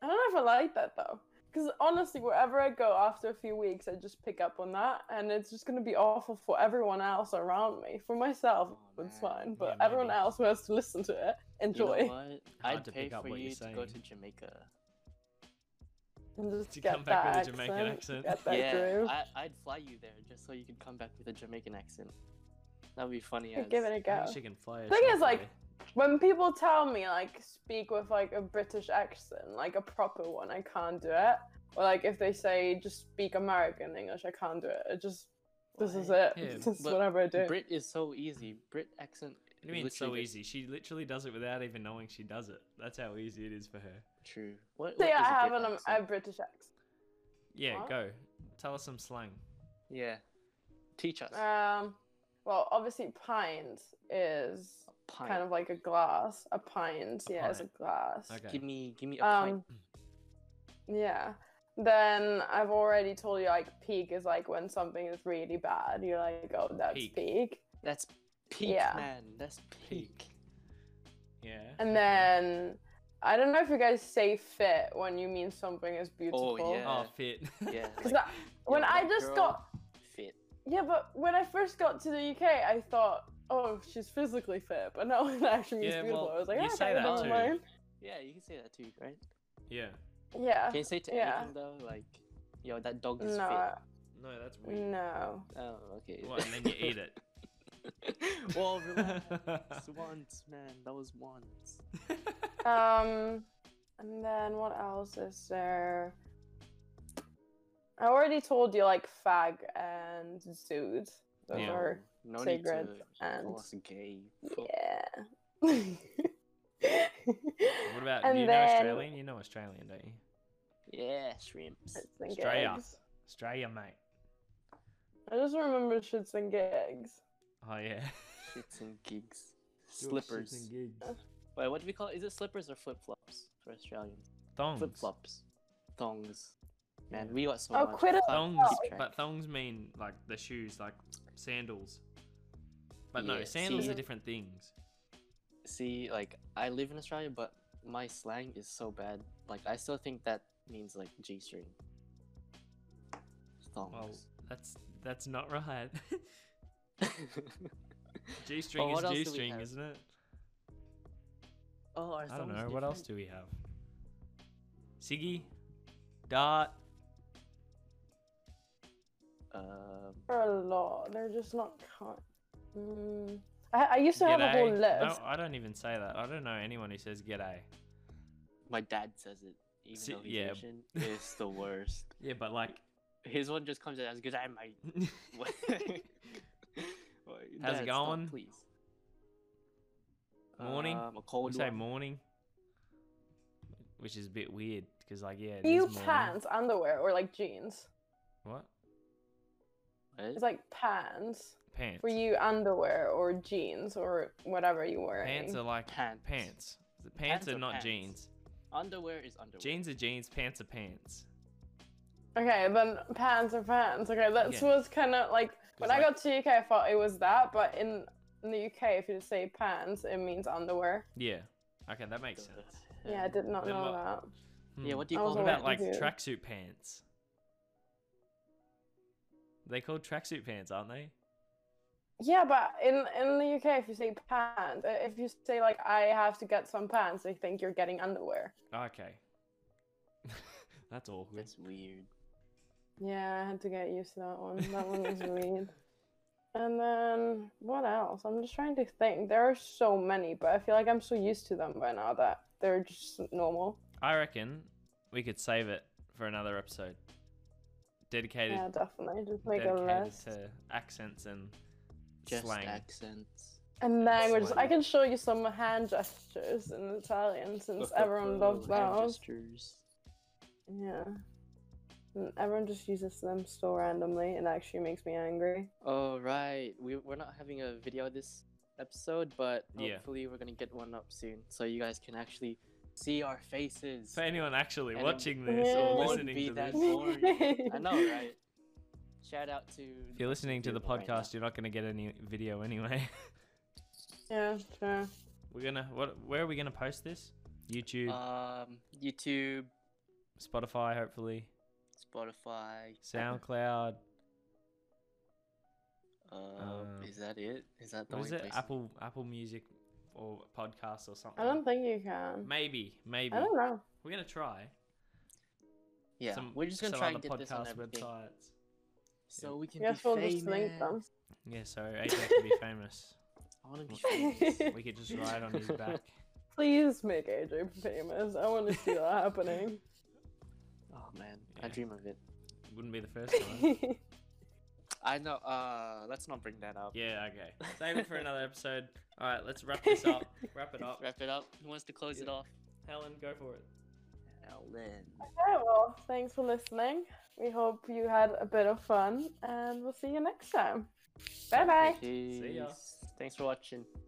[SPEAKER 3] I don't know if I like that though. Because honestly, wherever I go after a few weeks, I just pick up on that, and it's just gonna be awful for everyone else around me. For myself,
[SPEAKER 2] Oh,
[SPEAKER 3] it's
[SPEAKER 2] man.
[SPEAKER 3] fine, but
[SPEAKER 1] Yeah,
[SPEAKER 3] everyone
[SPEAKER 1] maybe.
[SPEAKER 3] else who has to listen to it,
[SPEAKER 2] You know
[SPEAKER 3] enjoy.
[SPEAKER 2] what?
[SPEAKER 1] Hard
[SPEAKER 2] I'd
[SPEAKER 1] to
[SPEAKER 2] pay
[SPEAKER 1] pick up
[SPEAKER 2] for
[SPEAKER 1] what you're
[SPEAKER 2] you to go to
[SPEAKER 1] saying.
[SPEAKER 2] Jamaica.
[SPEAKER 3] and just
[SPEAKER 1] To
[SPEAKER 3] get
[SPEAKER 1] come back
[SPEAKER 3] that
[SPEAKER 1] with a
[SPEAKER 3] accent,
[SPEAKER 1] Jamaican accent.
[SPEAKER 3] Get that
[SPEAKER 2] yeah,
[SPEAKER 3] groove.
[SPEAKER 2] I, I'd fly you there just so you could come back with a Jamaican accent. That'd be funny.
[SPEAKER 3] Could
[SPEAKER 2] as-
[SPEAKER 3] give it a
[SPEAKER 1] I
[SPEAKER 3] go.
[SPEAKER 1] think she can fly.
[SPEAKER 3] Thing
[SPEAKER 1] herself
[SPEAKER 3] is, like,
[SPEAKER 1] away.
[SPEAKER 3] When people tell me like speak with like a British accent, like a proper one, I can't do it. Or like if they say just speak American English, I can't do it. It just this is
[SPEAKER 2] What?
[SPEAKER 3] it.
[SPEAKER 1] Yeah,
[SPEAKER 3] This is
[SPEAKER 2] but
[SPEAKER 3] whatever I do.
[SPEAKER 2] Brit is so easy. Brit accent.
[SPEAKER 1] What do you mean it's so
[SPEAKER 2] literally
[SPEAKER 1] easy? She literally does it without even knowing she does it. That's how easy it is for her.
[SPEAKER 2] just- True. What?
[SPEAKER 3] so
[SPEAKER 2] what
[SPEAKER 3] yeah,
[SPEAKER 2] is
[SPEAKER 3] I
[SPEAKER 2] a
[SPEAKER 3] have
[SPEAKER 2] Brit
[SPEAKER 3] an, um, a
[SPEAKER 2] accent?
[SPEAKER 3] British accent.
[SPEAKER 1] Yeah,
[SPEAKER 3] What?
[SPEAKER 1] go. Tell us some slang.
[SPEAKER 2] Yeah. Teach us.
[SPEAKER 3] Um, well, obviously pint is
[SPEAKER 2] pint.
[SPEAKER 3] kind of like a glass. A pint,
[SPEAKER 1] A
[SPEAKER 3] yeah, is a
[SPEAKER 1] pint.
[SPEAKER 3] glass.
[SPEAKER 1] Okay.
[SPEAKER 2] Give me, give me a pint.
[SPEAKER 3] Um, yeah. Then I've already told you like peak is like when something is really bad. You're like, oh, that's
[SPEAKER 1] Peak.
[SPEAKER 3] peak.
[SPEAKER 2] That's peak,
[SPEAKER 3] yeah.
[SPEAKER 2] man. That's peak.
[SPEAKER 1] yeah.
[SPEAKER 3] And then I don't know if you guys say fit when you mean something is beautiful.
[SPEAKER 2] yeah.
[SPEAKER 1] Oh, fit.
[SPEAKER 2] Yeah.
[SPEAKER 3] 'Cause
[SPEAKER 2] like,
[SPEAKER 3] I- when
[SPEAKER 2] yo,
[SPEAKER 3] I
[SPEAKER 2] that
[SPEAKER 3] just
[SPEAKER 2] girl
[SPEAKER 3] got
[SPEAKER 2] fit.
[SPEAKER 3] yeah, but when I first got to the UK, I thought, oh, she's physically fit, but no, it actually means
[SPEAKER 1] Yeah,
[SPEAKER 3] beautiful.
[SPEAKER 1] well,
[SPEAKER 3] I was like,
[SPEAKER 1] you
[SPEAKER 3] oh,
[SPEAKER 1] say
[SPEAKER 3] okay,
[SPEAKER 1] that
[SPEAKER 3] never
[SPEAKER 1] too.
[SPEAKER 3] mind.
[SPEAKER 2] Yeah, you can say that too, right?
[SPEAKER 1] yeah.
[SPEAKER 3] Yeah.
[SPEAKER 2] Can you say to
[SPEAKER 3] Uh, yeah.
[SPEAKER 2] anything though? Like, yo, that dog is
[SPEAKER 3] No,
[SPEAKER 1] No, that's weird.
[SPEAKER 3] no.
[SPEAKER 2] fit. Oh, okay.
[SPEAKER 1] Well, and then you eat it.
[SPEAKER 2] it. well, relax. once, man. That was once.
[SPEAKER 3] Um, and then what else is there? I already told you like fag and zood. Those
[SPEAKER 1] Yeah.
[SPEAKER 3] are
[SPEAKER 2] no
[SPEAKER 3] cigarettes and-
[SPEAKER 2] call us gay.
[SPEAKER 3] yeah.
[SPEAKER 1] what about
[SPEAKER 3] And
[SPEAKER 1] do you know
[SPEAKER 3] then-
[SPEAKER 1] Australian? You know Australian, don't you?
[SPEAKER 2] Yeah, shrimps.
[SPEAKER 3] Shits and
[SPEAKER 1] Stray up.
[SPEAKER 3] gigs.
[SPEAKER 1] Australia, mate.
[SPEAKER 3] I just remember shits and gigs.
[SPEAKER 1] Oh yeah.
[SPEAKER 2] Shits and gigs.
[SPEAKER 1] Your shits
[SPEAKER 2] Slippers.
[SPEAKER 1] and gigs.
[SPEAKER 2] Wait, what do we call? Is it slippers or flip flops for Australians?
[SPEAKER 1] Thongs.
[SPEAKER 2] Flip flops, thongs. Man, we got so
[SPEAKER 3] Oh,
[SPEAKER 2] much.
[SPEAKER 3] quit it.
[SPEAKER 2] I can't
[SPEAKER 1] Thongs,
[SPEAKER 2] keep track.
[SPEAKER 1] but thongs mean like the shoes, like sandals. But no,
[SPEAKER 2] Yeah,
[SPEAKER 1] sandals
[SPEAKER 2] see-
[SPEAKER 1] are different things.
[SPEAKER 2] See, like I live in Australia, but my slang is so bad. Like I still think that means like g string. Thongs.
[SPEAKER 1] Well, that's that's not right. G string
[SPEAKER 2] Well, what else do
[SPEAKER 1] is
[SPEAKER 2] we
[SPEAKER 1] G string,
[SPEAKER 2] have?
[SPEAKER 1] isn't it?
[SPEAKER 2] oh, our
[SPEAKER 1] I
[SPEAKER 2] thongs
[SPEAKER 1] don't know.
[SPEAKER 2] different?
[SPEAKER 1] What else do we have? Siggy, dart.
[SPEAKER 2] Um,
[SPEAKER 3] There are a lot. They're just not. Con- mm. I, I used to have a
[SPEAKER 1] g'day.
[SPEAKER 3] whole
[SPEAKER 1] No,
[SPEAKER 3] list.
[SPEAKER 1] I don't even say that. I don't know anyone who says g'day.
[SPEAKER 2] my dad says it, even
[SPEAKER 1] See,
[SPEAKER 2] though he's
[SPEAKER 1] yeah.
[SPEAKER 2] Asian. It's the worst.
[SPEAKER 1] Yeah, but like,
[SPEAKER 2] His one just comes out as good. I might. What? Wait,
[SPEAKER 1] How's it
[SPEAKER 2] Dad, stop,
[SPEAKER 1] going?
[SPEAKER 2] please.
[SPEAKER 1] Morning.
[SPEAKER 2] Um, a
[SPEAKER 1] we
[SPEAKER 2] cold
[SPEAKER 1] say
[SPEAKER 2] one.
[SPEAKER 1] morning, which is a bit weird because like, yeah, it
[SPEAKER 3] Do you
[SPEAKER 1] is morning.
[SPEAKER 3] pants, underwear, or like jeans?
[SPEAKER 1] What
[SPEAKER 2] What?
[SPEAKER 3] It's like pants.
[SPEAKER 1] pants?
[SPEAKER 3] For you, underwear or jeans or whatever you wear.
[SPEAKER 1] Pants are like
[SPEAKER 2] pants.
[SPEAKER 1] pants. The pants,
[SPEAKER 2] Pants
[SPEAKER 1] are
[SPEAKER 2] or
[SPEAKER 1] not
[SPEAKER 2] pants?
[SPEAKER 1] jeans.
[SPEAKER 2] Underwear is underwear.
[SPEAKER 1] Jeans are jeans. Pants are pants.
[SPEAKER 3] Okay, then pants are pants. Okay, that's
[SPEAKER 1] Yeah.
[SPEAKER 3] what's kind of like when
[SPEAKER 1] It's
[SPEAKER 3] I
[SPEAKER 1] like-
[SPEAKER 3] got to UK, I thought it was that, but in in the UK, if you just say pants, it means underwear.
[SPEAKER 1] Yeah. Okay, that makes sense.
[SPEAKER 3] Yeah, I did not
[SPEAKER 1] Then
[SPEAKER 3] know
[SPEAKER 1] what-
[SPEAKER 3] that.
[SPEAKER 2] Yeah,
[SPEAKER 1] Hmm.
[SPEAKER 2] what do you
[SPEAKER 3] I
[SPEAKER 2] call
[SPEAKER 3] was
[SPEAKER 1] What
[SPEAKER 3] Oh,
[SPEAKER 1] about
[SPEAKER 3] I
[SPEAKER 1] like
[SPEAKER 3] do.
[SPEAKER 1] tracksuit pants? They called tracksuit pants, aren't they?
[SPEAKER 3] Yeah, but in in the UK, if you say pants, uh, if you say like I have to get some pants, they think you're getting underwear.
[SPEAKER 1] Okay. That's awkward.
[SPEAKER 2] That's weird.
[SPEAKER 3] Yeah, I had to get used to that one. That one was weird. And then what else? I'm just trying to think. There are so many, but I feel like I'm so used to them by now that they're just normal.
[SPEAKER 1] I reckon we could save it for another episode. Dedicated,
[SPEAKER 3] Yeah, definitely. Just make a
[SPEAKER 1] dedicated
[SPEAKER 3] list.
[SPEAKER 1] to accents and
[SPEAKER 2] Just
[SPEAKER 1] slang.
[SPEAKER 2] accents.
[SPEAKER 3] And languages. I
[SPEAKER 2] slang.
[SPEAKER 3] can show you some hand gestures in Italian since everyone loves
[SPEAKER 2] Oh, hand
[SPEAKER 3] those.
[SPEAKER 2] gestures.
[SPEAKER 3] Yeah. And everyone just uses them so randomly. It actually makes me angry.
[SPEAKER 2] Oh right, we we're not having a video this episode, but
[SPEAKER 1] Yeah.
[SPEAKER 2] hopefully we're gonna get one up soon, so you guys can actually see our faces.
[SPEAKER 1] For anyone actually
[SPEAKER 2] And it
[SPEAKER 1] watching this
[SPEAKER 3] Yeah.
[SPEAKER 1] or
[SPEAKER 3] won't
[SPEAKER 1] listening
[SPEAKER 2] be
[SPEAKER 1] to
[SPEAKER 2] that
[SPEAKER 1] this,
[SPEAKER 2] I know, right? Shout out to.
[SPEAKER 1] if you're listening to the
[SPEAKER 2] people right now.
[SPEAKER 1] podcast, you're not going to get any video anyway.
[SPEAKER 3] Yeah, sure. We're
[SPEAKER 1] We're gonna what? Where are we gonna post this? YouTube,
[SPEAKER 2] Um, YouTube,
[SPEAKER 1] Spotify, hopefully,
[SPEAKER 2] Spotify,
[SPEAKER 1] SoundCloud.
[SPEAKER 2] Um,
[SPEAKER 1] Um,
[SPEAKER 2] is that it? Is that the
[SPEAKER 1] What
[SPEAKER 2] only
[SPEAKER 1] is it?
[SPEAKER 2] place?
[SPEAKER 1] Apple, Apple Music, or podcasts or something.
[SPEAKER 3] I don't think you can.
[SPEAKER 1] Maybe, maybe.
[SPEAKER 3] I don't know.
[SPEAKER 1] We're gonna try.
[SPEAKER 2] Yeah,
[SPEAKER 1] Some-
[SPEAKER 2] we're just gonna
[SPEAKER 1] some
[SPEAKER 2] try
[SPEAKER 1] other
[SPEAKER 2] and get this on
[SPEAKER 1] podcast
[SPEAKER 2] everything,
[SPEAKER 1] websites.
[SPEAKER 2] so we can
[SPEAKER 3] Yes,
[SPEAKER 2] be
[SPEAKER 3] we'll
[SPEAKER 2] famous.
[SPEAKER 3] just link them.
[SPEAKER 1] Yeah, so AJ can be famous.
[SPEAKER 2] I want to be
[SPEAKER 1] We'll-
[SPEAKER 2] famous.
[SPEAKER 1] We could just ride on his back.
[SPEAKER 3] Please make AJ famous. I want to see that happening.
[SPEAKER 2] oh man,
[SPEAKER 1] Yeah.
[SPEAKER 2] I dream of it.
[SPEAKER 1] Wouldn't be the first one.
[SPEAKER 2] I know. Uh, let's not bring that up.
[SPEAKER 1] Yeah, okay. Save it for another episode. All right, let's wrap this up. Wrap it up.
[SPEAKER 2] Wrap it up. Who wants to close it
[SPEAKER 1] Yeah.
[SPEAKER 2] off?
[SPEAKER 1] Helen, go for it.
[SPEAKER 2] Ellen.
[SPEAKER 3] Alright, well, thanks for listening. We hope you had a bit of fun, and we'll see you next time. Bye bye.
[SPEAKER 1] ya.
[SPEAKER 2] Thanks for watching.